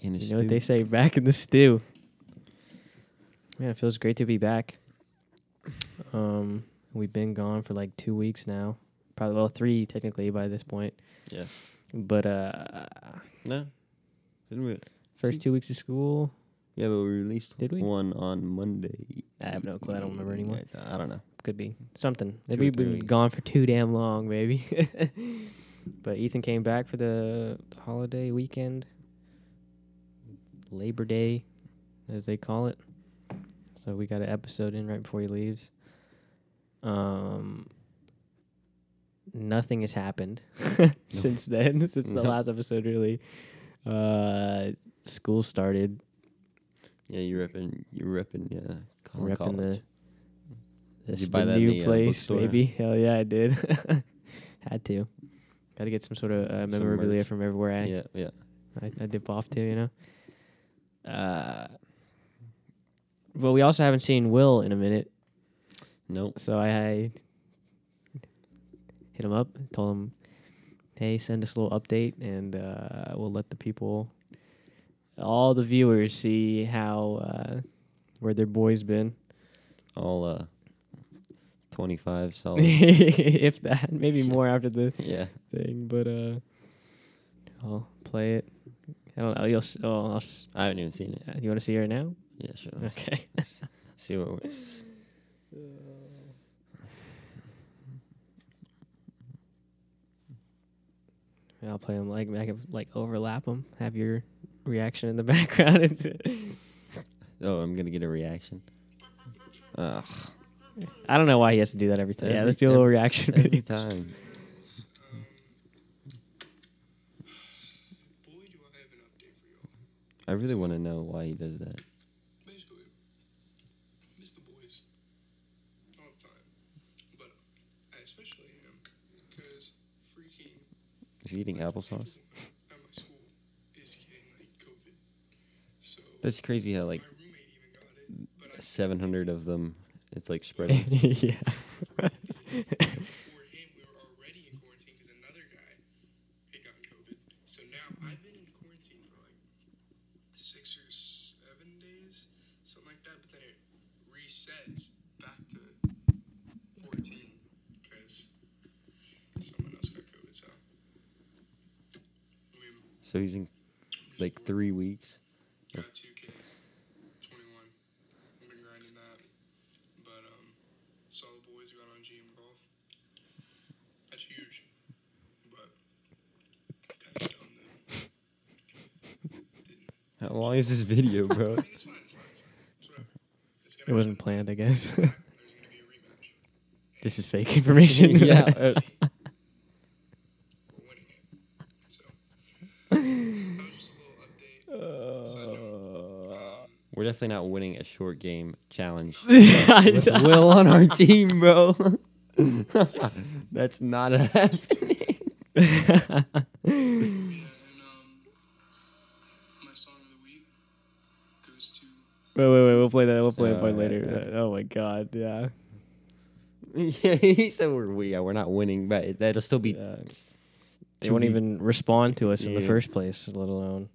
in the You know what they stew. say, back in the stew. Man, it feels great to be back. Um, we've been gone for like two weeks now, probably well three technically by this point. Yeah. But uh, No. Didn't we? first two weeks of school, Yeah, but we released Did we? one on Monday. I have no clue. I don't remember anymore. I- I don't know. Could be something. Two or Maybe we've three. been gone for too damn long, baby. but Ethan came back for the holiday weekend, Labor Day, as they call it. So we got an episode in right before he leaves. Um, nothing has happened since then. Since No. the last episode, really. Uh, school started. Yeah, you're repping. You're repping. Yeah, Collin repping uh, College. the this you buy the that in new the, uh, place, bookstore? maybe. Hell yeah, I did. Had to. Got to get some sort of uh, memorabilia merch. from everywhere I, Yeah, yeah. I I dip off to, you know. Uh, but we also haven't seen Will in a minute, Nope. so I, I hit him up, told him, "Hey, send us a little update, and uh, we'll let the people, all the viewers, see how uh, where their boy's been." All uh, twenty-five solid. if that, maybe more after the yeah. thing. But uh, I'll play it. I don't know. You'll. s- Oh, I'll, s- I haven't even seen it. uh, you want to see her now? Yeah, sure. Okay. See what works. I'll play them like I can like overlap them. Have your reaction in the background. It's- Oh, I'm gonna get a reaction. Ugh, I don't know why he has to do that every time. Yeah, Every- let's do a little every- reaction every video. time. Boy, do I have an update for y'all. I really want to know why he does that. Basically, miss the boys all the time. But I especially am because freaking Is he eating applesauce? everyone at my school is getting like COVID. So That's crazy how like my roommate even got it, but I 700 of them. It's like spreading. yeah. before him we were already in quarantine because another guy had gotten COVID. So now I've been in quarantine for like six or seven days, something like that. But then it resets back to fourteen because someone else got COVID. So I mean, so he's in like three weeks. got two K, twenty one. I've been grinding that, but um, saw the boys who got on GM golf. That's huge, but kind of dumb then. Didn't. How long is this video, bro? It's fine. It's fine. It's fine. It's whatever. It's It gonna wasn't planned, I guess. happen. There's gonna be a rematch. this is fake information. Yeah, uh, We're winning it. So that was just a little update. Uh. Side note. Um, We're definitely not winning a short game challenge. I with Will on our team, bro. That's not happening. yeah, and um, my song of the week goes to. Wait, wait, wait. We'll play that. We'll play it by Alright, later. alright. Uh, Oh my god. Yeah. yeah, he said we're we yeah, we're not winning, but it- that'll still be. yeah. They to won't be- even respond to us in the Yeah. first place, let alone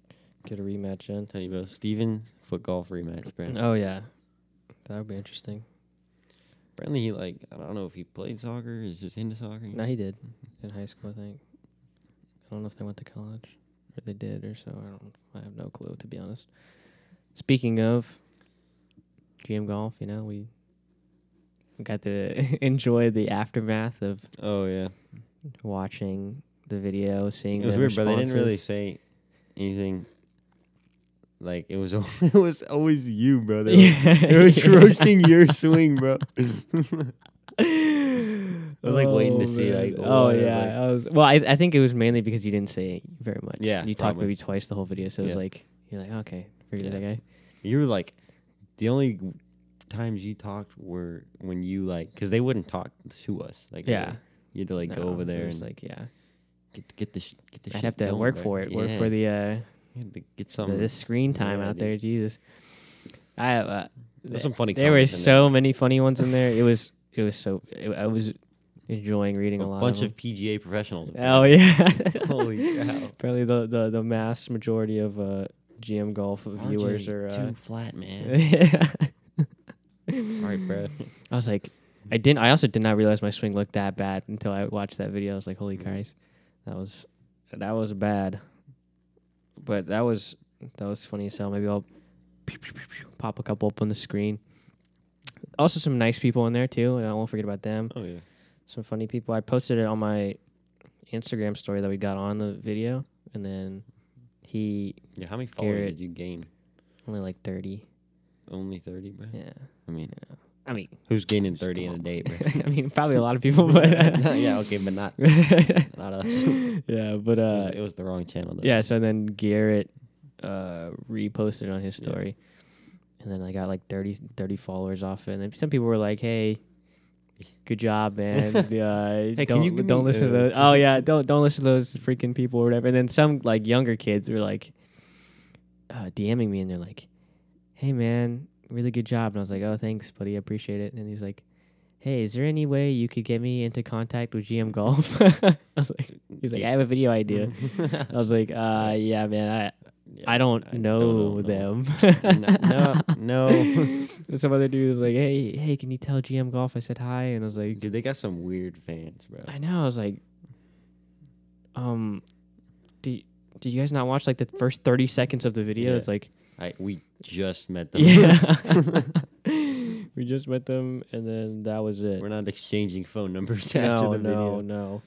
get a rematch in. Tell you, bro, Steven foot golf rematch, bro. Oh yeah, that would be interesting. Apparently, he like I don't know if he played soccer, is just into soccer. No, he did Mm-hmm. in high school, I think. I don't know if they went to college or they did or so. I don't. I have no clue to be honest. Speaking of GM golf, you know we we got to enjoy the aftermath of Oh yeah, watching the video, seeing it was the weird, but they didn't really responses. say anything. Like it was, al- it was always you, bro. They were- Yeah. It was roasting your swing, bro. I was, like, waiting to see, like, oh what, yeah, like- I was. Well, I, I think it was mainly because you didn't say very much. Yeah, you talked probably. maybe twice the whole video, so it was Yeah. like you're like okay, figured Yeah. that guy. You were like, the only w- times you talked were when you like, cause they wouldn't talk to us. Like, really. Yeah, you had to like go no, over it there was and like yeah, get get the sh- get the. I'd shit have to going, work bro. for it. Work Yeah, for the uh you had to get the, some. the screen time Yeah, out dude. there. Jesus, I uh, There's the- some funny. there were comments in there. so many funny ones in there. It was it was so it, I was enjoying reading a, lot. a bunch of, of PGA professionals. them. oh yeah, Holy cow. Apparently the, the, the mass majority of uh, GM golf viewers RJ, are. Uh, too flat, man. yeah. All right, bro. I was like, I didn't. I also did not realize my swing looked that bad until I watched that video. I was like, holy Mhm. Christ, that was that was bad. But that was that was funny as hell. Maybe I'll pew, pew, pew, pew, pop a couple up on the screen. Also, some nice people in there too, and I won't forget about them. Oh yeah. Some funny people. I posted it on my Instagram story that we got on the video, and then he Yeah. How many followers Garrett. did you gain? only like thirty. Only thirty, bro. Yeah, I mean, I mean, who's gaining just thirty in come a on. day, bro? I mean, probably a lot of people, but No, yeah. Okay, but not not us. It yeah, but was, uh, it was the wrong channel. Though. yeah. So then Garrett uh reposted on his Yeah. story, and then I got like 30, 30 followers off it. And then some people were like, "Hey, good job, man. Uh, can don't you give don't me, listen to uh, those. Oh yeah, don't don't listen to those freaking people or whatever." And then some like younger kids were like uh, DMing me, and they're like, "Hey, man." Really good job, and I was like, "Oh, thanks, buddy, I appreciate it." And he's like, "Hey, is there any way you could get me into contact with GM Golf?" I was like, "He's like, I have a video idea." I was like, uh, yeah, man, Yeah, I, I don't know no. them. no, no. And Some other dude was like, hey, hey, can you tell GM Golf I said hi? And I was like, Dude, they got some weird fans, bro. I know. I was like, um, do y- do you guys not watch like the first thirty seconds of the video? Yeah. It's like, I we just met them. yeah, we just met them, and then that was it. We're not exchanging phone numbers after no, the no, video. no.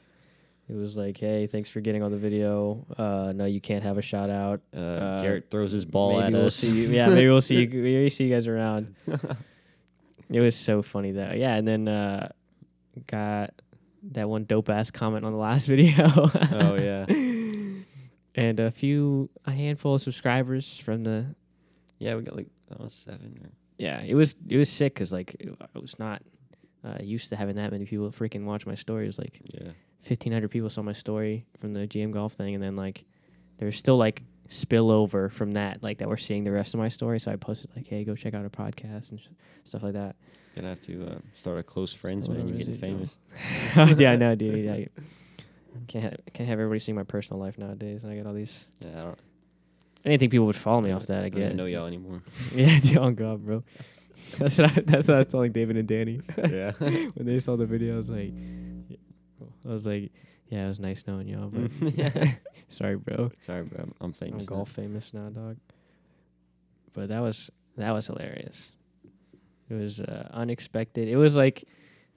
It was like, hey, thanks for getting on the video. Uh, no, you can't have a shout out. Uh, Uh, Garrett throws his ball maybe at we'll us. Oh, See you. Yeah, maybe we'll see you. Maybe we'll see you guys around. It was so funny though. Yeah, and then uh, got that one dope ass comment on the last video. oh yeah, and a few, a handful of subscribers from the. yeah. We got like oh, seven or Yeah, it was it was sick because like it- I was not uh, used to having that many people freaking watch my stories. Like yeah. fifteen hundred people saw my story from the GM golf thing, and then like there's still like spillover from that, like that we're seeing the rest of my story. So I posted like, "Hey, go check out our podcast and sh- stuff like that." Gonna have to uh, start a close friends Whatever man. You're it is getting that you famous. Oh, yeah, I know, dude. I can't have, can't have everybody seeing my personal life nowadays, and I got all these. Yeah, I don't, I didn't think people would follow me off that. I I don't guess. even know y'all anymore. Yeah, dude, on God, bro. That's what I, that's what I was telling David and Danny yeah. when they saw the video. I was like, I was like, yeah, it was nice knowing y'all, but Yeah. sorry, bro. Sorry, bro. I'm, I'm famous. I'm now. golf famous now, dog. But that was that was hilarious. It was uh, unexpected. It was like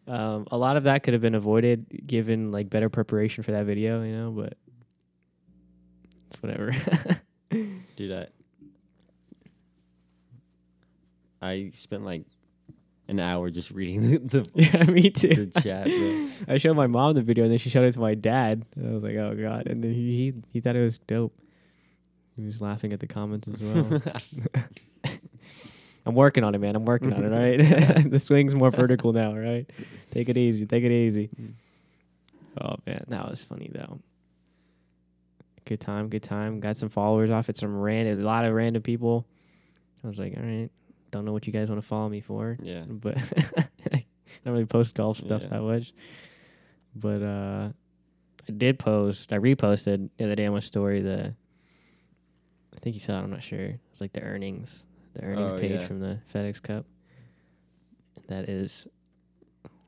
um, a lot of that could have been avoided given like better preparation for that video, you know. But it's whatever. dude. I I spent like an hour just reading the, yeah, me the, too. the chat, bro. I showed my mom the video, and then she showed it to my dad. I was like, "Oh God!" And then he he, he thought it was dope. He was laughing at the comments as well. I'm working on it, man. I'm working on it. All right, the swing's more vertical now. All right, take it easy. Take it easy. Oh man, that was funny though. Good time, good time. Got some followers off at some random, a lot of random people. I was like, all right, don't know what you guys want to follow me for Yeah. but I don't really post golf stuff Yeah. that much. But uh, I did post. I reposted the other day on my story the. I think you saw it. I'm not sure. It's like the earnings, the earnings Oh, page yeah. from the FedEx Cup. That is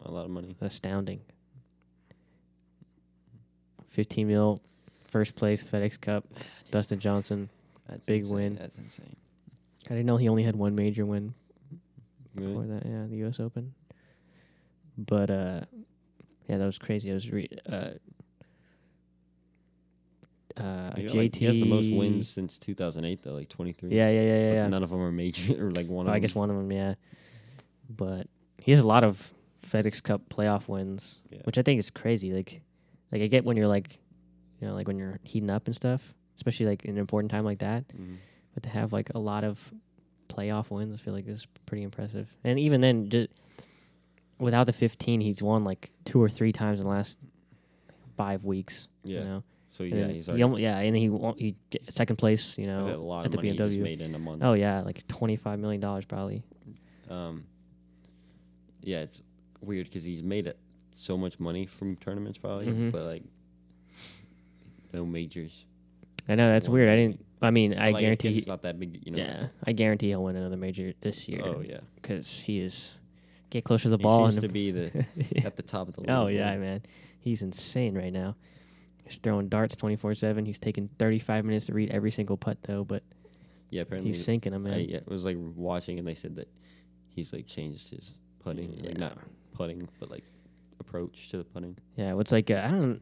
A lot of money. astounding. 15 mil, first place FedEx Cup, Dustin Johnson. That's Big insane. win. That's insane. I didn't know he only had one major win Really? before that, yeah, the U.S. Open. But uh, yeah, that was crazy. I was re- uh, uh, He JT. got, like- he has the most wins since 2008, though, like 23. Yeah, yeah, yeah, But yeah. yeah. None of them are major, or like one of Oh, I them. guess one of them, yeah. But he has a lot of FedEx Cup playoff wins, Yeah. which I think is crazy. Like, like I get when you're like, you know, like when you're heating up and stuff, especially like in an important time like that. Mhm. but to have like a lot of playoff wins, I feel like is pretty impressive. And even then, just without the 15, he's won like two or three times in the last five weeks. Yeah. You know, So And yeah, then he's he already almo- yeah, and he won, he j- second place. You he's know, had a lot at of the money he just BMW. made in a month. Oh yeah, like 25 million dollars probably. Oh. Um, yeah, it's weird because he's made it so much money from tournaments, probably, Mhm. but like no majors. I know that's Won Uh, weird. I anything. didn't I mean, I Like, his guarantee. kiss he- is not that big, you know. yeah, I guarantee he'll win another major this year. Oh yeah. because he is get closer to the He ball. seems and to be the at the top of the. oh leaderboard. yeah, man, he's insane right now. He's throwing darts twenty four seven. He's taking thirty five minutes to read every single putt though, but Yeah, apparently he's sinking them, I man. yeah, was like watching, and they said that he's like changed his putting, like not putting, but like approach to the putting. Yeah, what's like uh, I don't.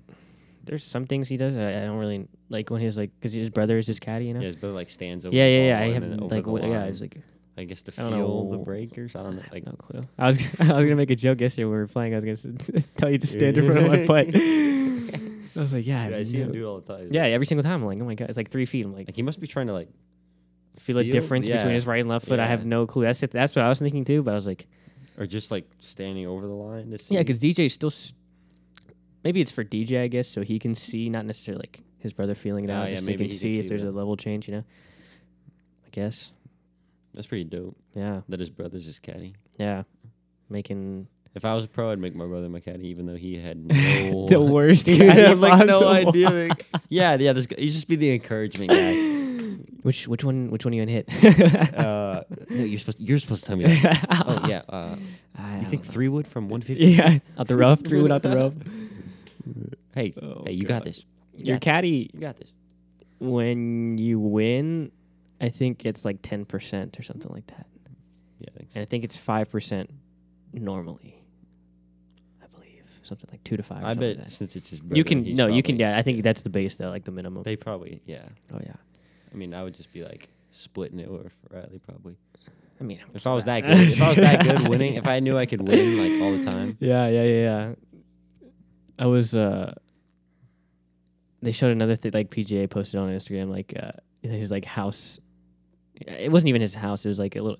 There's some things he does I, I don't really like when his like because his brother is his caddy, you know. Yeah, his brother like stands over. yeah, the yeah, yeah. ball I and have then over like the what, yeah, line, it's like I guess to I don't feel the know. breakers. I don't know. Like no clue. I was I was gonna make a joke yesterday. When we were playing. I was gonna s- tell you to stand in front of my putt. I was like, yeah, I have I see him no- do it all the time. He's Yeah, like, every single time. I'm like, oh my god, it's like three feet. I'm like, Like he must be trying to like. feel a feel- difference yeah. between his right and left foot. I have Yeah. no clue. That's it. That's what I was thinking too. But I was like, hmm. or just like standing over the line. To see. yeah, because DJ still. S- maybe it's for DJ, I guess, so he can see, not necessarily like his brother feeling it Oh, out. yeah, just maybe he he can can see, if see there's that. a level change. You know. I guess. that's pretty dope Yeah. that his brother's his caddy. Yeah. Making If I was a pro, I'd make my brother my caddy, even though he had no. the worst. He guy had like no possible. idea. like- yeah, yeah. This guy, he'd just be the encouragement guy. Which which one which one you gonna hit? Uh, no, you're supposed. You're supposed to tell me. That. oh yeah. Uh, I you don't think know. three wood from 150? Yeah, out the rough, three wood out the rough. Hey, Oh, hey, you God. got this. You Your got caddy this. You got this. when you win, I think it's like ten percent or something like that, Yeah, thanks. and I think it's five percent normally. I believe something like two to five. or I something like bet that. since it's his brother, you can he's no, you can probably- yeah. I think that's the base though, like the minimum. They probably yeah. oh yeah, I mean, I would just be like splitting it with Riley probably. I mean, I'm If I was sorry. that good, if I was that good winning, if I knew I could win like all the time. Yeah, yeah, yeah, yeah. I was uh they showed another thing like PGA posted on Instagram like uh his like house it wasn't even his house, it was like a little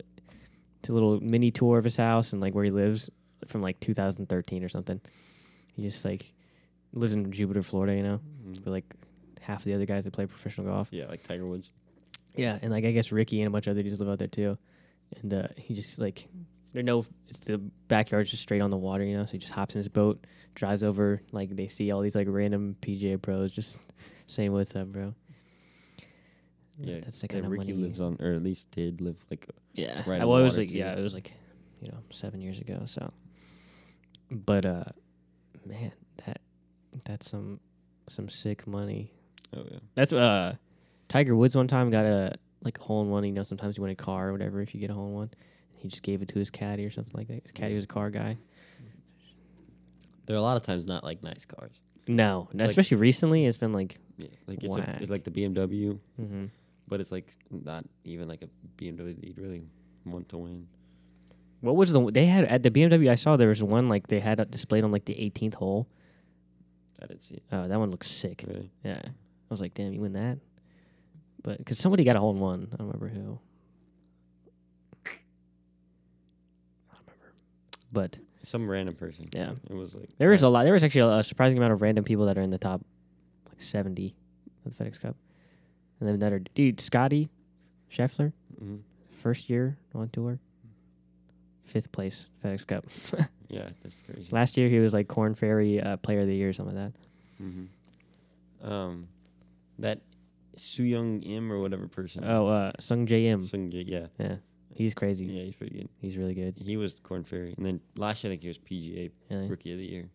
it's a little mini tour of his house and like where he lives from like 2013 or something. He just like lives in Jupiter, Florida, you know, Mm. but like half the other guys that play professional golf. Yeah, like Tiger Woods. Yeah, and like I guess Ricky and a bunch of other dudes live out there too, and uh, he just like there are no it's the backyard's just straight on the water, you know. So he just hops in his boat, drives over. Like they see all these like random PGA pros just saying what's up, bro. Yeah, that's the yeah, kind of Ricky money. lives on, or at least did live like. yeah, right I- on well, the it was water, like too. yeah, it was like you know seven years ago. So, but uh, man, that that's some some sick money. Oh yeah. That's uh, Tiger Woods one time got a like a hole in one. You know, sometimes you win a car or whatever if you get a hole in one. He just gave it to his caddy or something like that. His caddy was a car guy. There are a lot of times not like nice cars. No, It's like- especially recently, it's been like, Yeah, like it's, a, Whack. it's like the BMW, mhm. but it's like not even like a BMW that you'd really want to win. what was the they had at the BMW? I saw there was one like they had it displayed on like the 18th hole. I didn't see it Oh, that one looks sick. really. Yeah, I was like, damn, you win that. But because somebody got a hole in one, I don't remember who. I don't remember, but Some random person. yeah. It was like There is a lot. There is actually a, a surprising amount of random people that are in the top like seventy of the FedEx Cup, and then that are dude Scotty Scheffler, hmm first year on tour, fifth place FedEx Cup. Yeah, that's crazy. Last year he was like Corn Ferry uh, Player of the Year or something like that. Mm-hmm. Um, that Su Young Im or whatever person. Oh, uh, Sung J M. Sung Ji- yeah, Yeah, he's crazy. yeah, he's pretty good. He's really good. He was Corn Ferry, and then last year I think he was PGA Really. Rookie of the Year,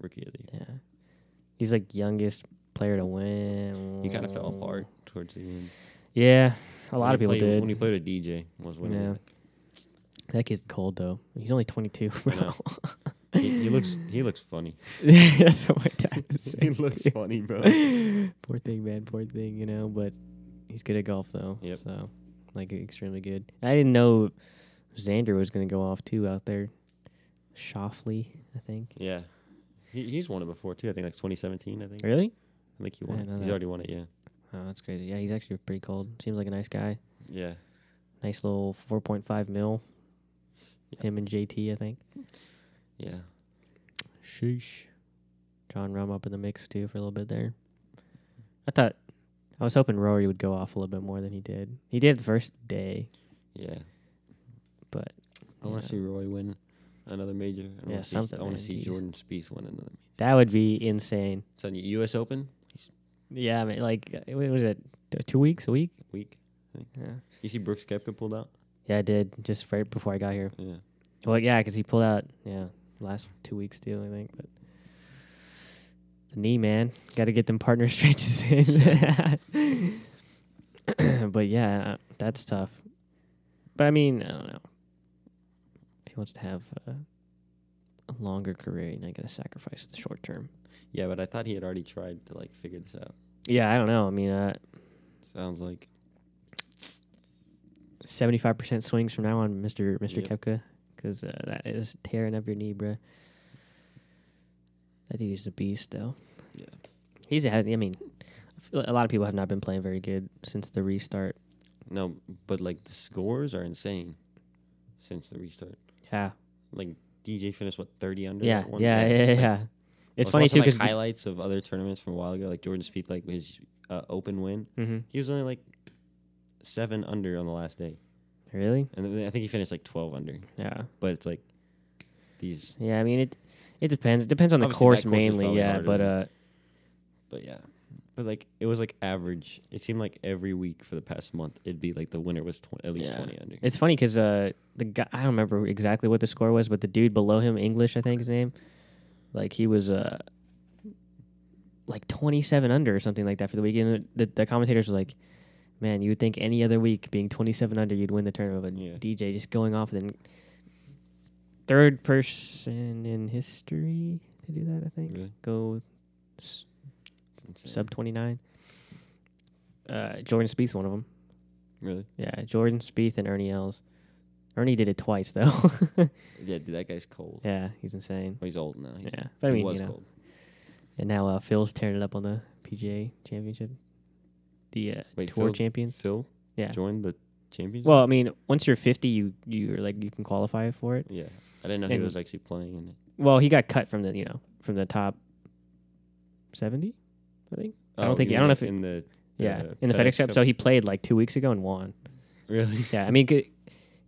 Rookie of the Year. Yeah, he's like youngest player to win. He kind of fell apart towards the end. Yeah, Oh. a lot When of he people played- did. when he played with DJ. Was winning. Yeah. Yeah. That kid's cold though. He's only 22, bro. know. He, he looks he looks funny. That's what my dad was saying. too. funny, bro. poor thing, man. Poor thing, you know. But he's good at golf though. Yep. So, like, extremely good. I didn't know Xander was gonna go off too out there. Shoffley, I think. yeah, he, he's won it before too. I think like 2017. I think Really? I think he I won. didn't It. know He's that. already won it. Yeah, Oh, that's crazy. Yeah, he's actually pretty cold. Seems like a nice guy. yeah. Nice little 4.5 mil. Yeah. Him and JT, I think. Yeah, Sheesh. John Rum up in the mix too for a little bit there. I thought I was hoping Rory would go off a little bit more than he did. He did the first day, yeah. but I want to see Roy win another major. I wanna Yeah, see- something, I want man, to see jeez. Jordan Spieth win another. that would be insane. It's on U.S. Open. Yeah, I mean, like uh, what was it? T- Two weeks, a week. Week. Yeah. You see Brooks Koepka pulled out? Yeah, I did just right before I got here. Yeah. Well, yeah, 'cause he pulled out. Yeah, last two weeks too, I think. But the knee, man, got to get them partner stretches in. but yeah, uh, that's tough. But I mean, I don't know. If he wants to have a, a longer career, you're not gonna sacrifice the short term. Yeah, but I thought he had already tried to like figure this out. Yeah, I don't know. I mean, uh, Sounds like seventy-five percent swings from now on, Mister Mister Yep. Kepka, because uh, that is tearing up your knee, bruh. That dude is a beast, though. Yeah. he's. Had, I mean, I feel a lot of people have not been playing very good since the restart. no, but like the scores are insane since the restart. Yeah, Like DJ finished what thirty under. yeah, at one yeah, point? yeah, It's yeah. like- It's I was funny watching, too because like, highlights of other tournaments from a while ago, like Jordan Spieth, like his uh, open win, Mm-hmm. he was only like seven under on the last day, really, and then I think he finished like twelve under. yeah, But it's like these, yeah. I mean, it it depends. It depends on the Obviously, that course, course was mainly, probably yeah. harder But than- uh, but yeah, but like it was like average. It seemed like every week for the past month, it'd be like the winner was tw- at least Yeah. twenty under. It's funny because uh, the guy I don't remember exactly what the score was, but the dude below him, English, I think his name, like he was uh, like twenty seven under or something like that for the weekend. The, the commentators were like, "Man, you would think any other week being twenty seven under, you'd win the tournament, but Yeah. DJ just going off then third person in history to do that. I think Really? go s- It's insane. sub twenty nine. Uh, Jordan Spieth, one of them. really? Yeah, Jordan Spieth and Ernie Els. Ernie did it twice though. Yeah, dude, that guy's cold. yeah, he's insane. Well, he's old now. He's, yeah, but I he mean, was you know, cold. and now uh, Phil's tearing it up on the PGA Championship, the uh, Wait, Tour Phil- champions. Phil, Yeah. joined the champions. Well, I mean, once you're 50, you you're like you can qualify for it. yeah, I didn't know he and- was actually playing in it. Well, he got cut from the you know from the top 70, I think. I don't think- Oh, you I mean, don't know like, if it- in the Yeah, the in the FedEx Cup. So he played like two weeks ago and won. really Yeah, I mean, c-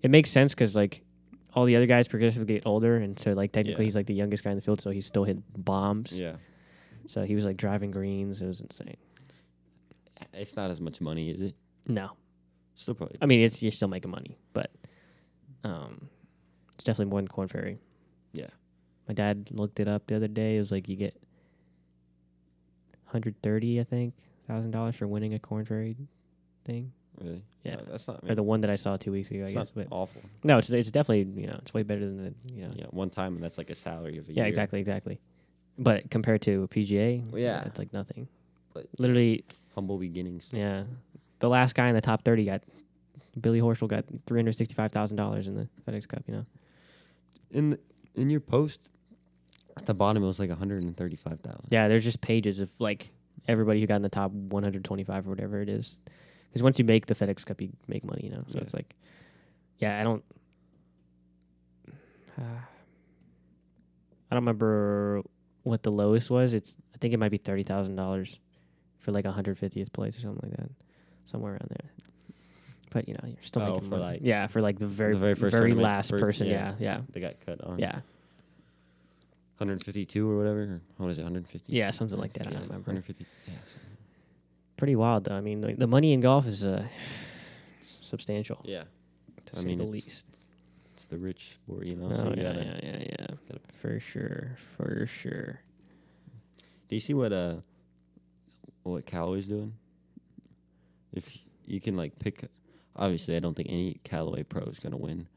it makes sense because like all the other guys progressively get older, and so like technically Yeah. he's like the youngest guy in the field, so he's still hitting bombs. yeah. So he was like driving greens. It was insane. It's not as much money, is it? No, Still probably. I mean it's you're still making money, but um, it's definitely more than Corn Ferry. Yeah. my dad looked it up the other day. It was like you get 130, I think, thousand dollars for winning a Corn Ferry thing, really. yeah. No, that's not. or the one that I saw two weeks ago. I it's guess, not but awful. no, it's it's definitely you know it's way better than the you know Yeah, one time and that's like a salary of a Yeah, year. exactly, exactly. But compared to PGA, Well, yeah. it's like nothing. But- Literally, Humble beginnings. yeah. The last guy in the top thirty got Billy Horschel got three hundred sixty-five thousand dollars in the FedEx Cup. You know, In the, in your post, at the bottom it was like one hundred and thirty-five thousand. yeah. There's just pages of like everybody who got in the top one hundred twenty-five or whatever it is. Because once you make the FedEx Cup, you make money. You know, so Yeah. it's like, yeah, I don't. Uh, I don't remember what the lowest was. It's I think it might be thirty thousand dollars for like hundred fiftieth place or something like that, somewhere around there. But you know, you're still Oh, making for, money. like, yeah for like the very very very, first tournament last per- person. Yeah, yeah. Um, yeah, They got cut on. yeah, One hundred fifty-two or whatever. or What is it? One hundred fifty. yeah, something like that. I don't One remember. hundred fifty. Yeah. something. Pretty wild though. I mean, like, the money in golf is uh, substantial Yeah. to I say mean, the it's- least. It's the rich boy, you know. Oh, so you yeah, gotta, yeah, yeah, yeah, gotta- for sure, for sure. Do you see what uh what Callaway's doing? If you can like pick, obviously I don't think any Callaway pro is gonna win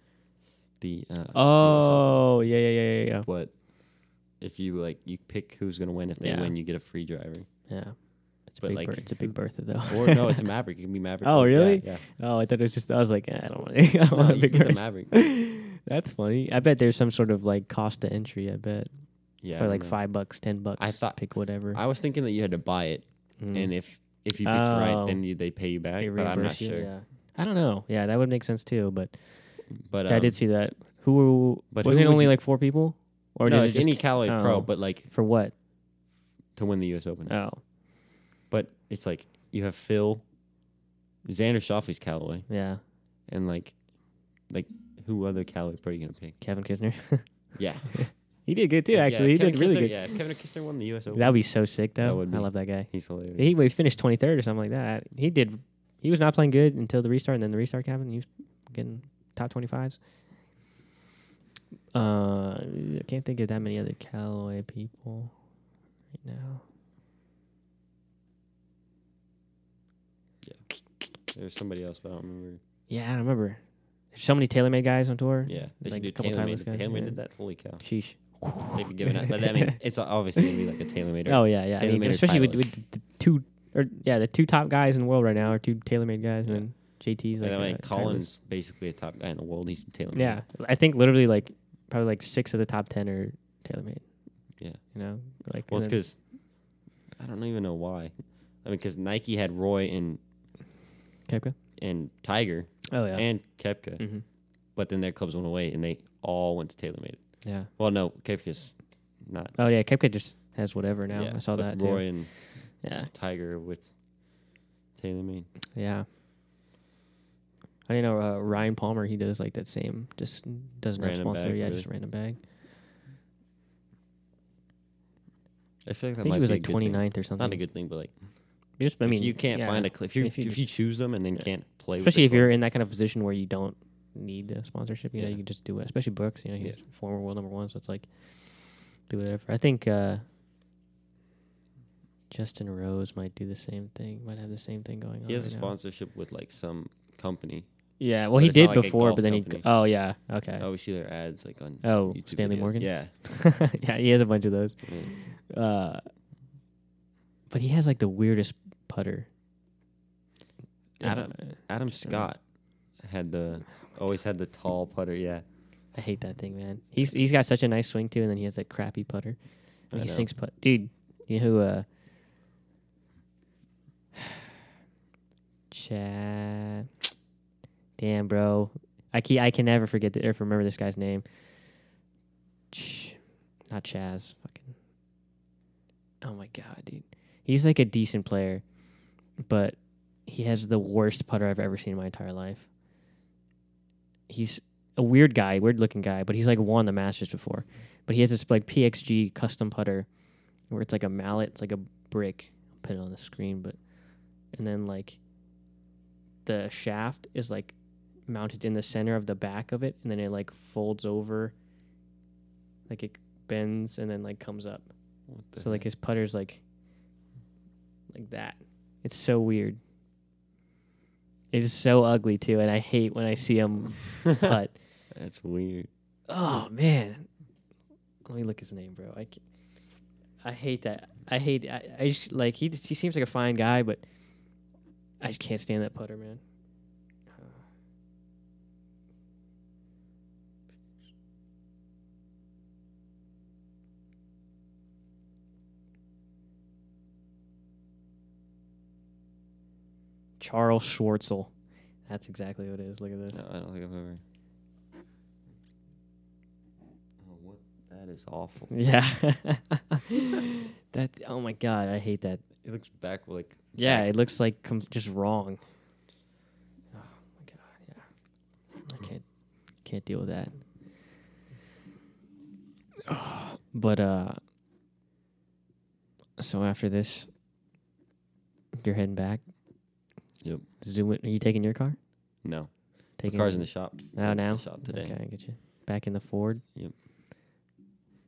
the. Uh, US Open. Oh, yeah, yeah, yeah, yeah, yeah. But if you like, you pick who's gonna win. If they Yeah. win, you get a free driver. Yeah. It's a But, big like, bir- it's a who- big bertha though. Or no, it's a Maverick. It can be Maverick. Oh, or- yeah, really? Yeah. oh, I thought it was just I was like, eh, I don't want to I don't No, want a you big get the bertha. Maverick. That's funny. I bet there's some sort of like cost to entry, I bet. Yeah. I for don't like know. 5 bucks, 10 bucks. thought- pick whatever. I was thinking that you had to buy it, Mm. and if if you picked right, Oh. then you, they pay you back. They But I'm not reimburse you, sure. Yeah. I don't know. Yeah, that would make sense too, but But I um, did see that. Who but was who it would only you- like 4 people? Or no, does it's it just any Callaway oh. pro, but like for what? to win the U.S. Open. Oh. But it's like you have Phil, Xander Shoffley's Callaway, Yeah. and like, like who other Callaway pro are you gonna pick? Kevin Kisner. Yeah, He did good too. Yeah, actually, he Kevin did really Kisner- good. Yeah, Kevin Kistner won the U.S. Open. That would be so sick though. would be. I love that guy. He's hilarious. He, well, he finished 23rd or something like that. He did. He was not playing good until the restart, and then the restart happened. And he was getting top 25s. Uh, I can't think of that many other Callaway people right now. There was somebody else, but I don't remember. Yeah, I don't remember. There's so many TaylorMade guys on tour. Yeah, they Like should do a couple tailor timeless guys, Tailor-made yeah. did that. Holy cow! Sheesh. They'd be giving out, but I mean, it's obviously gonna be like a tailor-made. Oh yeah, yeah. I mean, TaylorMade or especially with, Titleist? with the two or yeah, the two top guys in the world right now are two TaylorMade guys, Yeah. and then JT's like. and I mean, uh, Titleist. Colin's basically a top guy in the world. He's tailor-made. Yeah, I think literally like probably like six of the top ten are TaylorMade. Yeah. You know, like Well, it's and then- because I don't even know why. I mean, because Nike had Roy and Kepka. and Tiger Oh yeah. and Kepka, hmm but then their clubs went away and they all went to TaylorMade. Yeah. Well, no, Kepka's not Oh yeah, Kepka just has whatever now. yeah, I saw but that too. Roy and Yeah. Tiger with TaylorMade. Yeah. I didn't know uh, Ryan Palmer. He does like that same. Just doesn't have Random sponsor. bag, yeah, really. just random bag. I feel like that I think might he was be like a good thing. 29th or something. Not a good thing, but like Just, I mean, if you can't yeah. find a cl- if you If if you you, just- choose them and then yeah. can't play, especially if with the you're in that kind of position where you don't need a sponsorship. You know, Yeah. you can just do it. Especially Brooks. You know, he's Yeah. former world number one, so it's like do whatever. I think uh, Justin Rose might do the same thing. Might have the same thing going club. on. he has a right now. sponsorship with like some company. Yeah, well, But he it's not did like a before, golf but then he. company. Oh yeah, okay. I always see their ads like on. Oh, YouTube Stanley videos. Morgan? Yeah, yeah, he has a bunch of those. yeah. Uh, but he has like the weirdest putter. I don't- Uh, Adam Just a- Scott had the always had the tall putter. Yeah, I hate that thing, man. He's he's got such a nice swing too, and then he has that crappy putter. I he know. sinks putt, dude. You know who? Uh, Chad. Damn, bro. I can I can never forget the, or remember this guy's name. Ch- not Chaz. Fucking. Oh my god, dude. He's like a decent player, but he has the worst putter I've ever seen in my entire life. He's a weird guy, weird looking guy, but he's like won the Masters before. But he has this like PXG custom putter where it's like a mallet, it's like a brick. I'll put it on the screen, but and then like the shaft is like mounted in the center of the back of it, and then it like folds over, like it bends and then like comes up. What the So like heck? his putter's like like that. It's so weird. It is so ugly too, and I hate when I see him putt. that's weird. Oh man, let me look his name, bro. I ca- I hate that. I hate. I, I just like he. Just, he seems like a fine guy, but I just can't stand that putter, man. Charles Schwartzel. That's exactly what it is. Look at this. No, I don't think I've ever. Oh, what? That is awful. Yeah. that oh my god, I hate that. It looks back like Yeah, it looks like comes just wrong. Oh my god, yeah. I can't can't deal with that. But uh so after this you're heading back. Yep. Zoom it. Are you taking your car? no. The Taking car's in the shop. Oh, It's in now? the shop today. Okay, I get you. Back in the Ford.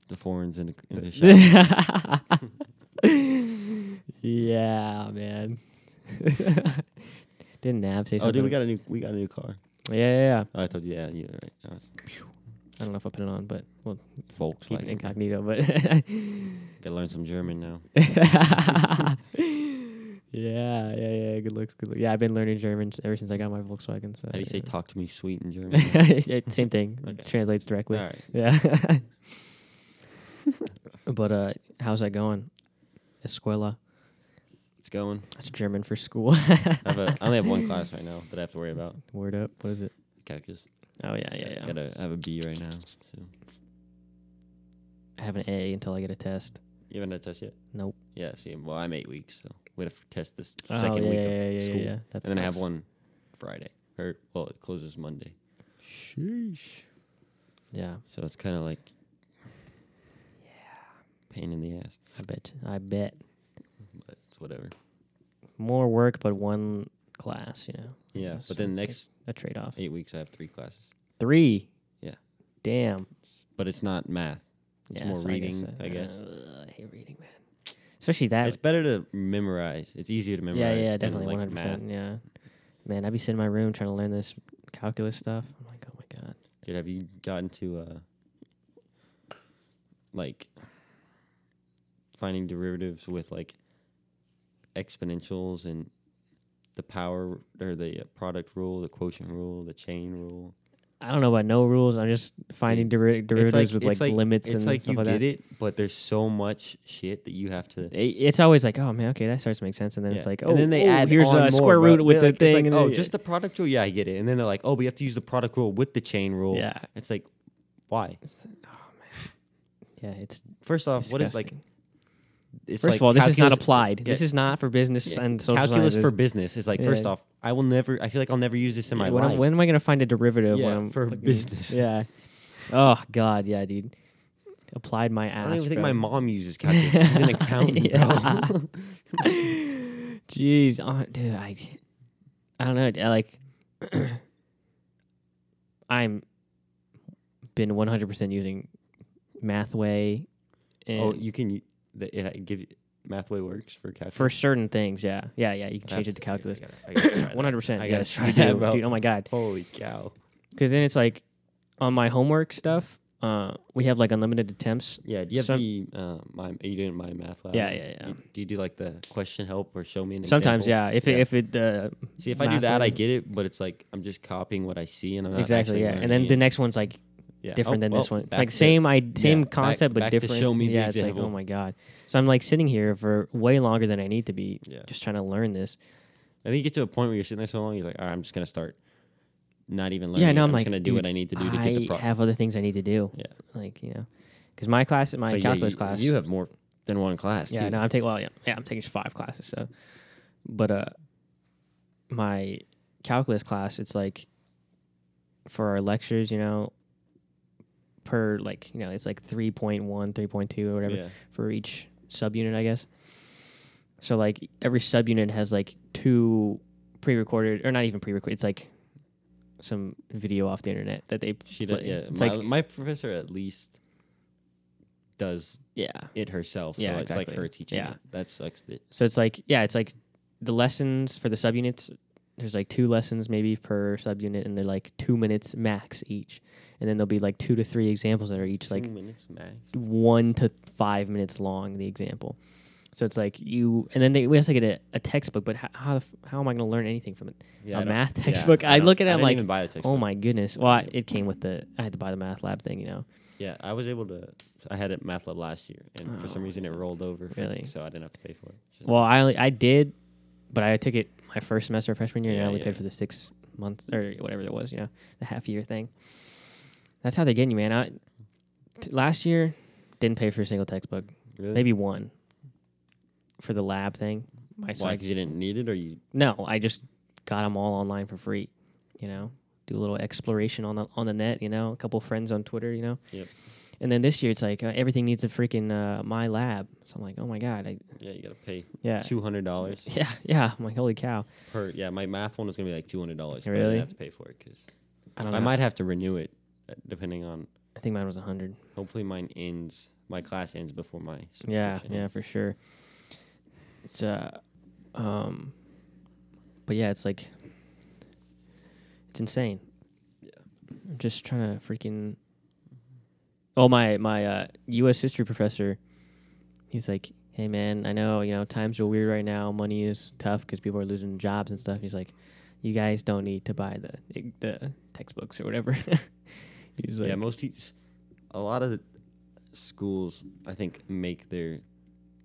The foreign's in, a, in the shop. yeah, man. Didn't Nav say something? oh, dude, we got a new we got a new car. yeah, yeah, yeah. Oh, I told you, uh, yeah, yeah, right. No, it's I don't know if I'll put it on, but we'll keep it Volkswagen. Gotta incognito. But learn some German now. yeah, yeah, yeah. Good looks, good looks. Yeah, I've been learning German s- ever since I got my Volkswagen. So How do you say yeah. "talk to me sweet" in German? Yeah, Same thing. It Okay. translates All directly. right. Yeah. but uh, how's that going? Escuela. It's going. That's German for school. I, have a, I only have one class right now that I have to worry about. Word up. What is it? Calculus. Oh yeah, yeah, yeah. Gotta have a B right now. So. I have an A until I get a test. You haven't had a test yet? Nope. Oh, Yeah, see, well, I'm eight weeks, so we have to test this second yeah, week of yeah, yeah, yeah, school. Yeah, yeah. That's And then I have one Friday. Or, well, it closes Monday. Sheesh. Yeah, So it's kind of like, Pain in the ass, I bet. I bet but it's whatever. more work, but one class. You know. Yeah, That's- but then that's like next a trade off. eight weeks I have three classes, Three. Yeah. Damn. but it's not math. It's Yeah, more so I guess reading, so. I guess. Ugh, I hate reading, man. Especially that. It's better to memorize. It's easier to yeah, memorize. yeah, than, definitely, like, one hundred math. percent. Yeah, man, I'd be sitting in my room trying to learn this calculus stuff. I'm like, oh my god. Dude, have you gotten to uh like finding derivatives with like exponentials and the power or the uh, product rule, the quotient rule, the chain rule? I don't know about no rules. I'm just finding deri- derivatives with like, it's limits it's and like stuff you like get that. it, but there's so much shit that you have to. It- It's always like, oh man, okay, that starts to make sense, and then Yeah. it's like, oh, and then they oh, add here's on a more, square bro. root They're with the like- it's thing. like, and oh, then- just the product rule. Yeah, I get it. And then they're like, oh, we have to use the product rule with the chain rule. yeah, It's like, why? It's- oh man, yeah, it's First off, what is like? disgusting. It's like First of all, this is not calculus- applied. yeah. This is not for business Yeah. and social calculus sciences. for business is like Yeah. first off i will never i feel like i'll never use this in my when, life am when am I going to find a derivative? Yeah, when I'm for fucking- business. Yeah. Oh God, yeah, dude. Applied my i ass. don't even think my bro. mom uses calculus she's an accountant Yeah. bro Jeez, oh, dude, I, I don't know. I, like, I'm been 100 percent using Mathway, and oh you can u- the, it, it give you mathway works for calculus for certain things, yeah, yeah, yeah. You can I have change it to dude, I calculus. gotta- I gotta try that. 100. percent I I gotta guess try you that, do, bro. dude. Oh my god. holy cow Because then it's like on my homework stuff, uh, we have like unlimited attempts. yeah do you have Some- the uh, my you doing my math lab Yeah, yeah, yeah. You- do you do like the question help or show me an Sometimes, example? yeah. If it, if it uh, see if i do that i Mathway- get it but it's like i'm just copying what i see and i'm not exactly, actually yeah. And learning then the it. next one's like Yeah. different Oh, than this well, one. It's back like to- same I same back- concept but back to different. show me the yeah, it's like example. oh my god. So I'm like sitting here for way longer than I need to be, Yeah. just trying to learn this. I think you get to a point where you're sitting there so long, you're like, all right, I'm just gonna start not even learning. yeah, no, I'm, I'm like just gonna do "Dude, what I need to do to get the I product. have other things I need to do. Yeah. like you know, because my class, my But yeah, calculus you, class, You have more than one class. Yeah, too. no, I'm taking well, yeah, yeah, I'm taking five classes. So, but uh, my calculus class, it's like for our lectures, you know, per like you know, it's like 3.1, 3.2 or whatever Yeah. for each subunit, I guess. So like every subunit has like two pre-recorded or not even pre-recorded. It's like some video off the internet that they She does, play. yeah. It's my, like my professor at least does yeah. it herself. Yeah, so it's like exactly. her teaching. Yeah. It. That sucks. That So it's like yeah, it's like the lessons for the subunits. There's like two lessons maybe per subunit, and they're like two minutes max each. And then there'll be like two to three examples that are each like two minutes max. one to five minutes long. The example. So it's like you, and then they, we also get a, a textbook. But how how, the f- how am I going to learn anything from it? Yeah, a I don't- math yeah, textbook. I, don't- look at it. I I'm didn't like, even buy the textbook. oh my goodness. Well, I, it came with the. I had to buy the math lab thing. You know. Yeah, I was able to. I had it math lab last year, and for some Oh, reason it rolled over. For Really? Me, so I didn't have to pay for it. Which is Well, I only, I did, but I took it my first semester of freshman year, and Yeah, I only yeah. paid for the six months or whatever it was, you know, the half year thing. That's how they're getting you, man. I t- last year didn't pay for a single textbook, really? maybe one for the lab thing. My why? psych- Because you didn't need it, or you? no, I just got them all online for free, you know. Do a little exploration on the on the net, you know, a couple friends on Twitter, you know. Yep. And then this year it's like uh, everything needs a freaking uh, my lab. So I'm like, oh my god, I, Yeah, you gotta pay yeah, two hundred dollars. yeah, yeah. I'm like, holy cow. per yeah my math one was gonna be like two hundred dollars but I Really? didn't have to pay for it because I don't know. I might have to renew it uh, depending on I think mine was 100. hopefully mine ends my class ends before my Yeah, subscription yeah, ends. for sure. It's uh um but yeah, it's like it's insane. Yeah. I'm just trying to freaking Oh, my my uh US history professor. He's like, "Hey man, I know, you know, times are weird right now. Money is tough cuz people are losing jobs and stuff." He's like, "You guys don't need to buy the the textbooks or whatever." He's like, yeah most teachers a lot of the schools I think make their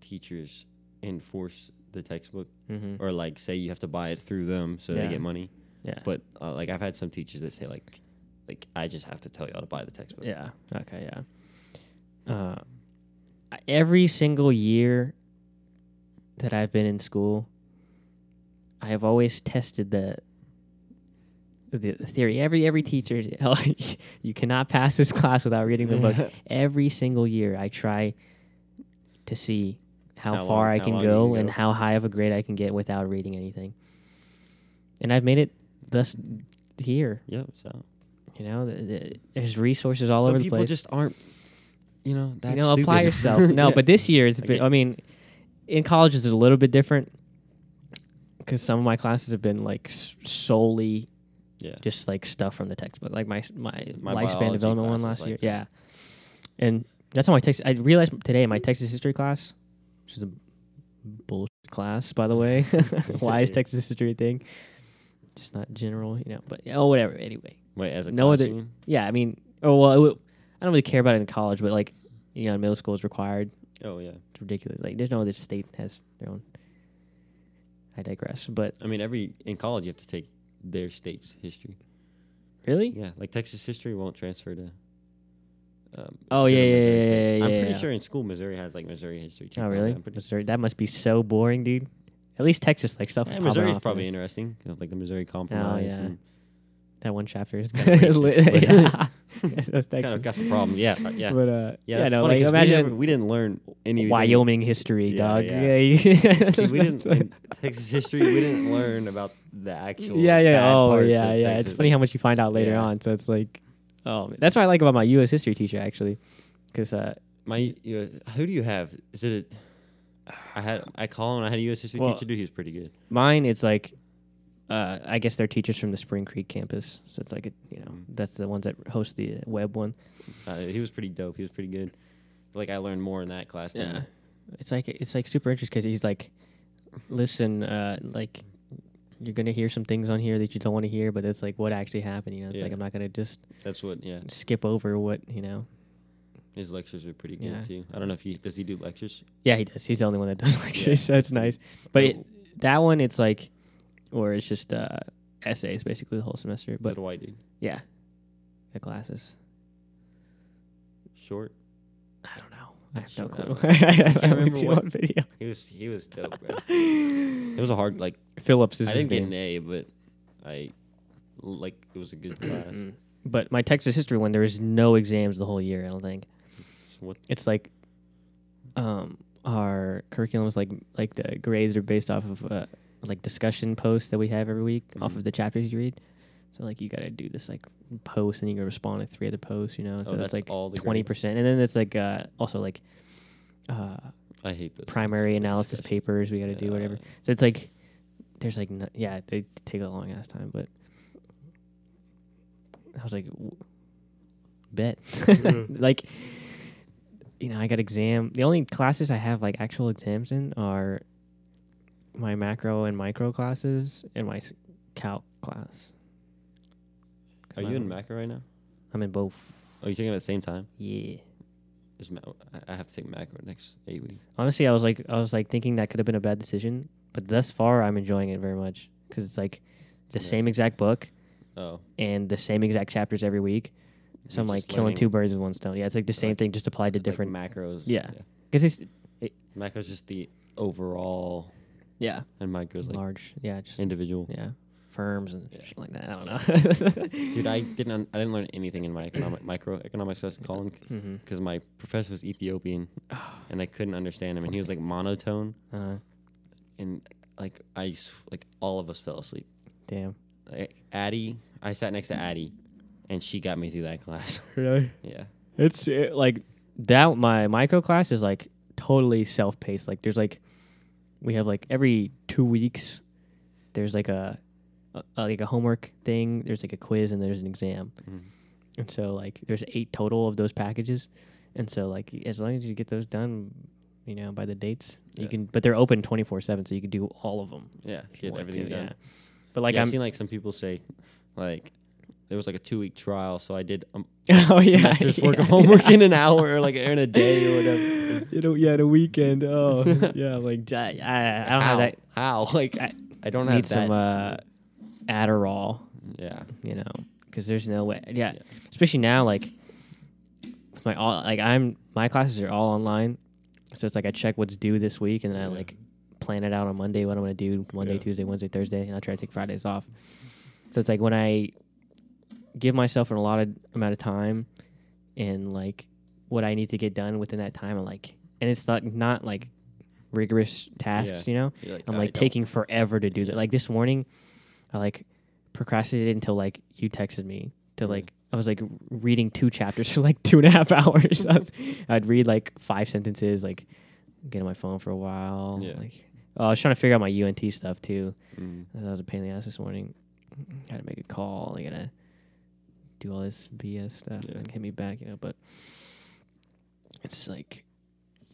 teachers enforce the textbook Mhm. or like say you have to buy it through them so Yeah. they get money Yeah. but uh, like I've had some teachers that say like like I just have to tell y'all to buy the textbook Yeah. Okay. Yeah. Uh, I- every single year that I've been in school, I have always tested the the the theory. Every every teacher, you cannot pass this class without reading the book. every single year, I try to see how, How far long- I how can long go, you can and go. how high of a grade I can get without reading anything. And I've made it thus here. Yeah, so You know, th- th- there's resources all Some over the people place. just aren't, you know, that you know, apply stupid. yourself. No, Yeah. but this year it's I been. get- I mean, in college is a little bit different because some of my classes have been like s- solely yeah, just like stuff from the textbook, like my s- my, My lifespan biology development one class was last like year. that. Yeah, and that's how my text. I realized today my Texas history class, which is a bullshit class, by the way. Why is Yeah. Texas history a thing? Just not general, you know. But oh, whatever. Anyway, Wait, as a no other- classroom? yeah. I mean, oh well, I w- I don't really care about it in college, but like, you know, in middle school is required. Oh yeah. It's ridiculous. Like, there's no other state has their own. I digress. But I mean, every in college you have to take their state's history. really, Yeah, like Texas history won't transfer to. Um, Oh, if yeah, you're in yeah, Missouri yeah, State. yeah, I'm yeah, pretty yeah. sure in school Missouri has like Missouri history too. Oh, probably. really? I'm pretty Missouri, that must be so boring, dude. At least Texas, like stuff. Yeah, is popping Missouri's off, probably and interesting. you know, like the Missouri Compromise. Oh, yeah. and that one chapter is kinda racist, but- yeah. That's Texas. kind of got some problems. Yeah, uh, yeah, But uh, yeah. yeah, That's no, funny like 'cause we, imagine never- we didn't learn any Wyoming history, Yeah, dog. yeah. Yeah, yeah. See, we didn't in Texas history. We didn't learn about the actual. yeah, yeah. bad Oh, parts yeah, of yeah. Texas, It's funny like- how much you find out later Yeah. on. So it's like, oh, man. that's what I like about my U.S. history teacher actually, because uh, My you, who do you have? Is it? A, I had I call him. I had a U.S. history Well- teacher. Dude, he was pretty good. Mine, it's like, uh, I guess they're teachers from the Spring Creek campus. So it's like, a, you know, Mm. that's the ones that host the web one. Uh, he was pretty dope. He was pretty good. Like I learned more in that class. Than Yeah, it's like it's like super interesting because he's like, listen, uh, like you're gonna hear some things on here that you don't want to hear, but it's like what actually happened. You know, it's like Yeah. I'm not gonna just That's what. Yeah, skip over what you know. his lectures were pretty good Yeah. too. I don't know if he does. He do lectures. Yeah, he does. He's the only one that does lectures. so it's nice. But But it, that one, it's like, or it's just uh, essays basically the whole semester. but But a white dude, yeah, the classes. short. I don't know. I have Sure, no I clue. don't know. I have can't only remember seen what- one video. He was he was dope. Bro. It was a hard like. Phillips is I his didn't get an name. A, but I like it was a good class. Mm. But my Texas history one, there is no exams the whole year. I don't think So what? it's like, um, our curriculum is like like the grades are based off of uh, like discussion posts that we have every week off Mhm. of the chapters you read. So like you got to do this like post and you can respond to three other posts, you know. And Oh, so that's, that's like all the grades? twenty percent, and then it's like uh, also like uh, I hate those. primary Like analysis discussion. papers we got to do whatever. Uh, So it's like there's like no, yeah, they take a long ass time, but I was like w- bet. Mm-hmm. like you know, I got exam. The only classes I have like actual exams in are my macro and micro classes and my s- calc class. 'Cause Are my- you in Macca right now? I'm in both. Are you taking it at the same time? Yeah. Is Ma- I- I have to take Macca next eight weeks. honestly i was like i was like thinking that could have been a bad decision but thus far i'm enjoying it very much because it's like the Nice. same exact book Oh, and the same exact chapters every week so You're i'm like just killing learning, two birds with one stone yeah it's like the same Like- thing just applied to like, different macros. Yeah. because it's Macro's just the overall, yeah and micro's like large yeah just individual. yeah firms and Yeah. shit like that i don't know Dude, I didn't un- I didn't learn anything in my economic microeconomics class in Colin mm-hmm. because my professor was Ethiopian, and I couldn't understand him, and he was like monotone, uh, and like I s- like all of us fell asleep. damn Like, Addie, I sat next to Addie, and she got me through that class. really yeah, It's uh, like that. My micro class is like totally self paced. Like there's like we have like every two weeks there's like a, a a- like a homework thing. There's like a quiz and there's an exam. Mhm. And so like there's eight total of those packages. And so like as long as you get those done, you know by the dates you Yeah. can. But they're open twenty four seven, so you can do all of them. yeah, if you get want everything to, done. Yeah. But like yeah, I've I'm. seen like some people say, like there was like a two week trial, so I did a oh yeah. semester's work yeah, of homework yeah. in an hour or like in a day or whatever. you know, yeah, the weekend. Oh, yeah, like I, I, I don't How? have that. How? Like I I, don't Need have some that. uh, Adderall, yeah, you know, because there's no way. Yeah, Yeah. especially now, like with my all, like I'm my classes are all online, so it's like I check what's due this week, and then I Yeah. like plan it out on Monday what I'm gonna do Monday, Yeah. Tuesday, Wednesday, Thursday, and I try to take Fridays off. So it's like when I give myself an allotted amount of time and like what I need to get done within that time, I'm like, and it's like not like rigorous tasks, Yeah. you know. You're like, I'm "I like don't-" taking forever to do that. Yeah. Like this morning, I like procrastinated until like you texted me to Yeah. like I was like reading two chapters for like two and a half hours. I was, I'd read like five sentences, like get on my phone for a while. Yeah. Like oh, I was trying to figure out my UNT stuff too. Mm. That Uh, was a pain in the ass this morning. Got to make a call. I gotta do all this BS stuff Yeah. and then hit me back, you know. But it's like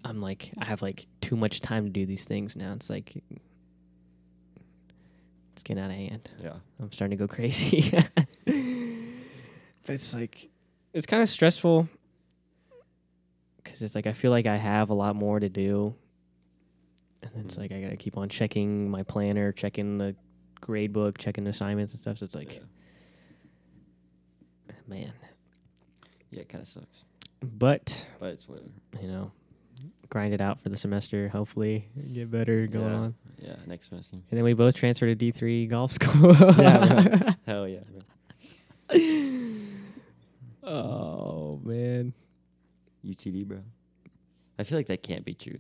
I'm like I have like too much time to do these things now. It's like it's getting out of hand. Yeah. I'm starting to go crazy. but it's like it's kind of stressful because it's like I feel like I have a lot more to do, and it's Mhm. like I gotta keep on checking my planner, checking the grade book, checking assignments and stuff. So it's like, eh, yeah. man, Yeah, it kind of sucks, but but it's whatever. you know, grind it out for the semester. Hopefully, get better going Yeah. on. Yeah, next semester. And then we both transfer to D three golf school. Yeah, Hell yeah. bro. oh man, UTD, bro. I feel like that can't be true.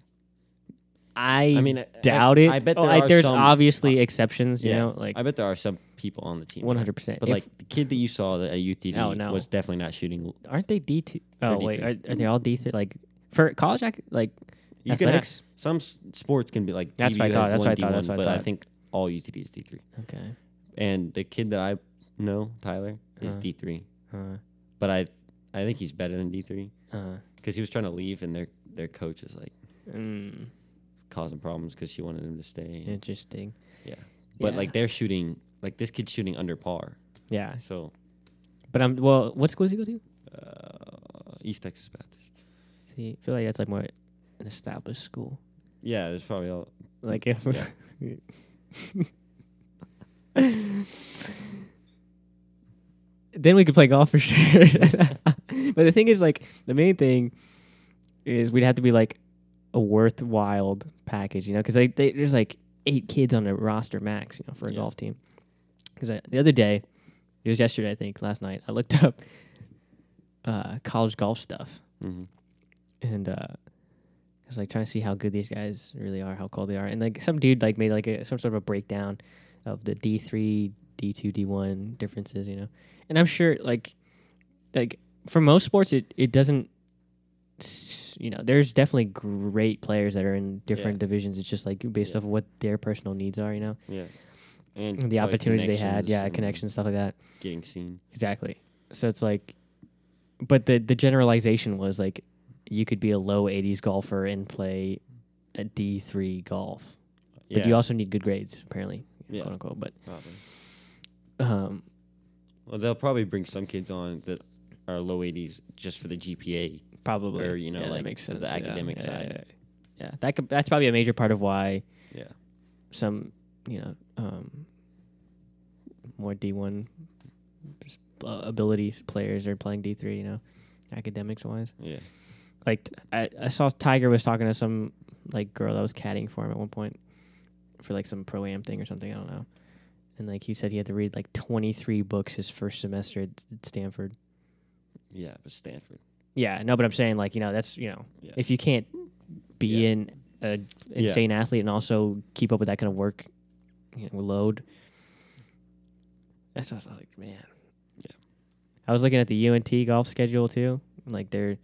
I I mean, I- I- doubt it. I bet Oh, there like, are there's some- obviously exceptions. You yeah, know, like I bet there are some people on the team. one hundred percent. But like the kid that you saw that at UTD Oh, no. was definitely not shooting. You aren't they D two? They're Oh wait, are, D3. are they all D three? Like for college, ac- like can have, athletics. some s- sports can be like That's what I DBU thought, has that's one what I thought, D1, that's what I but I thought. think all UTD is D three. okay. And the kid that I know, Tyler, is Uh-huh. D three. Uh, But I, I think he's better than D three uh, because he was trying to leave and their their coach is like mm, causing problems because she wanted him to stay. interesting. Yeah. But Yeah. like they're shooting, like this kid's shooting under par. Yeah, So but I'm well. What school does he go to? uh, East Texas Baptist. See, I feel like that's like more an established school. Yeah, there's probably all. Like if Yeah. then we could play golf for sure. but the thing is, like the main thing is we'd have to be like a worthwhile package, you know? Because like, they, there's like eight kids on a roster max, you know, for a Yeah. golf team. Because the other day, it was yesterday, I think, last night, I looked up uh, college golf stuff Mhm. and uh I was like trying to see how good these guys really are, how cold they are, and like some dude like made like a some sort of a breakdown of the D three, D two, D one differences, you know, and I'm sure like like for most sports it it doesn't s- you know there's definitely great players that are in different Yeah. divisions. It's just like based Yeah. off of what their personal needs are, you know, Yeah. And the probably opportunities they had, connections yeah, and connections stuff like that. Getting seen. Exactly. So it's like, but the the generalization was like, you could be a low 80s golfer and play a D3 golf, but yeah. you also need good grades apparently, Yeah. quote unquote. But probably. um, Well, they'll probably bring some kids on that are low 80s just for the GPA. probably Or, you know, yeah, that like, makes for the sense. yeah, academic yeah, side. Yeah, yeah. Yeah, that could, that's probably a major part of why Yeah. some you know um, more D1 s- uh, abilities players are playing D3. You know, academics wise. Yeah. like t- I, I saw Tiger was talking to some like girl that was caddying for him at one point for like some pro am thing or something I don't know, and like he said he had to read like twenty three books his first semester at, at Stanford. Yeah. But Stanford. Yeah, no, but I'm saying like you know that's you know Yeah. if you can't be Yeah. in an insane athlete and also keep up with that kind of work you know, load. That's what I was like, man. Yeah. I was looking at the UNT golf schedule too. Like their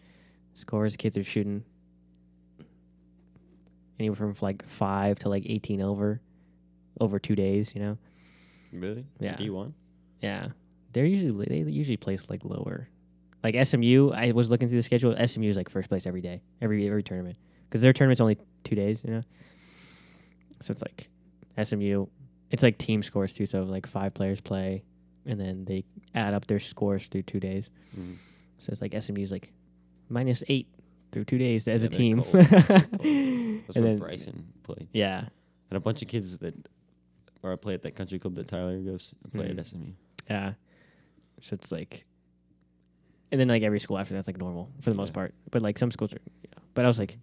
scores, kids are shooting anywhere from like five to like eighteen over, over two days. You know. Really? Yeah. D1? Yeah, they're usually they usually place like lower. Like SMU, I was looking through the schedule. SMU is like first place every day, every every tournament, because their tournament's only two days, you know. So it's like SMU, it's like team scores too. So like five players play, and then they add up their scores through two days. Mhm. So it's like SMU's like minus eight through two days as Yeah, a they're team. cold. They're cold. That's And where then- Bryson played. yeah, And a bunch of kids that or I play at that country club that Tyler goes and play at Mhm. SMU. Yeah. So it's like, and then like every school after that's like normal for the most Yeah. part. But like some schools are, you know. But I was like,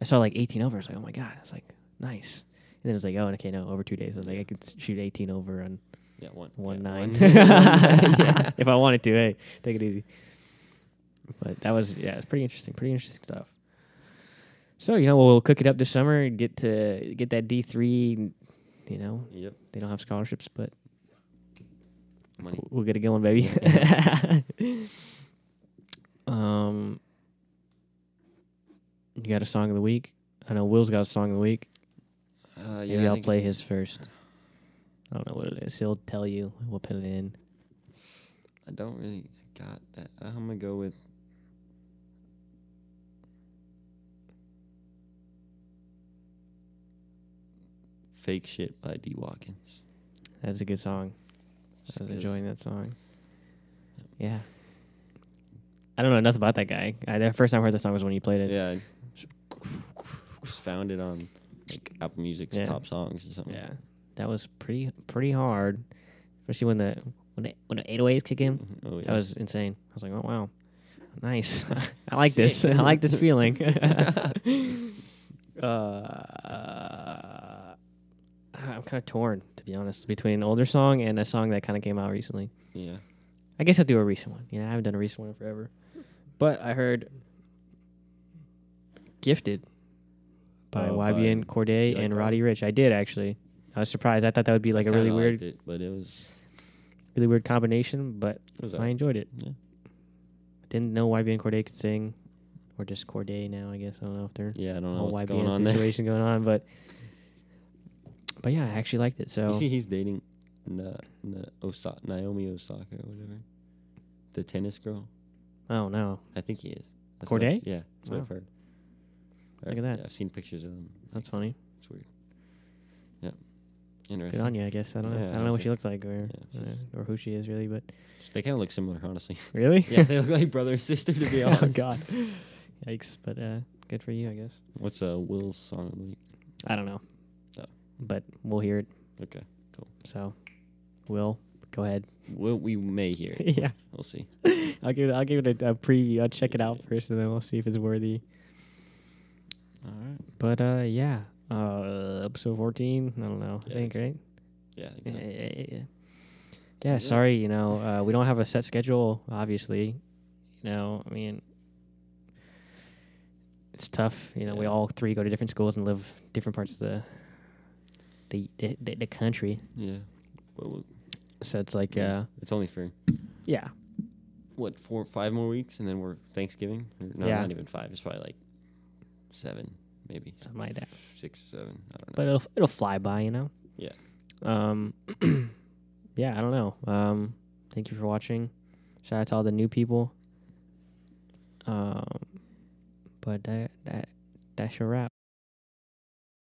I saw like 18 over. I was like, oh my God. I was like, nice. And then it was like, oh, and okay, no, over two days. I was like, I could s- shoot 18 over on Yeah, one. yeah, one nine. one- yeah. if I wanted to, hey, take it easy. But that was, yeah, it's pretty interesting. Pretty interesting stuff. So you know we'll cook it up this summer and get to get that D three. You know Yep. they don't have scholarships, but Money. w- we'll get it going, baby. um, you got a song of the week? I know Will's got a song of the week. Uh, Maybe yeah, I I'll think- play his first. I don't know what it is. He'll tell you. We'll put it in. I don't really got that. I'm gonna go with. Fake shit by D Watkins. That's a good song. Just I was 'cause enjoying that song. Yeah. I don't know enough about that guy. I, the first time I heard the song was when you played it. Yeah. I Just found it on like Apple Music's Yeah. top songs or something. Oh, Yeah, that was pretty pretty hard, especially when the when the, when the 808s kick in. Mhm. Oh, That yeah. was insane. I was like, oh wow, nice. I like this. Sick. I like this feeling. uh, I'm kind of torn to be honest between an older song and a song that kind of came out recently. yeah. I guess I'll do a recent one. You know, I haven't done a recent one in forever. But I heard Gifted by Oh, by- YBN Corday you like and that Roddy Rich. I did actually. I was surprised. I thought that would be like a really Kinda weird liked it, but it was. really weird combination, but It was I alright. enjoyed it. Yeah. Didn't know YBN Corday could sing or just Corday now, I guess. I don't know if they're Yeah, I don't know whole what's going on YBN there. situation going on, but but yeah, I actually liked it. So You see, he's dating Na, Na, Osa- Naomi Osaka or whatever, the tennis girl. oh no. I think he is. That's what I've- Corday? Yeah, that's what I've heard. Look at that. Yeah, I've seen pictures of him. That's funny. It's weird. Yeah, interesting. Good on you, I guess. I don't know. Yeah, I don't know what honestly. she looks like or Yeah, she's- uh, or who she is really, but They kind of look similar, honestly. Really? yeah, they look like brother and sister to be honest. oh God. Yikes! But uh, good for you, I guess. What's uh Will's song of the week? I don't know. Oh. But we'll hear it. Okay, cool. So, Will, go ahead. Will we may hear? It. yeah, We'll see. I'll give it. I'll give it a, a preview. I'll check it out first, and then we'll see if it's worthy. All right. But uh, yeah. Uh, episode fourteen. I don't know. I Yeah, think it's- right. Yeah. I think Yeah, so. yeah, yeah, yeah. Yeah. Yeah, sorry, you know, uh, we don't have a set schedule, obviously. You know, I mean, it's tough. You know, we Yeah. all three go to different schools and live different parts of the the the, the, the country. Yeah. Well, well, So it's like, uh, it's only for yeah, what four, five more weeks, and then we're Thanksgiving. Or no, Yeah. not even five. It's probably like seven, maybe something like that. six or seven. I don't know. But it'll it'll fly by, you know. Yeah. Um. yeah, I don't know. Um. Thank you for watching. Shout out to all the new people. Um. But that that that's your wrap.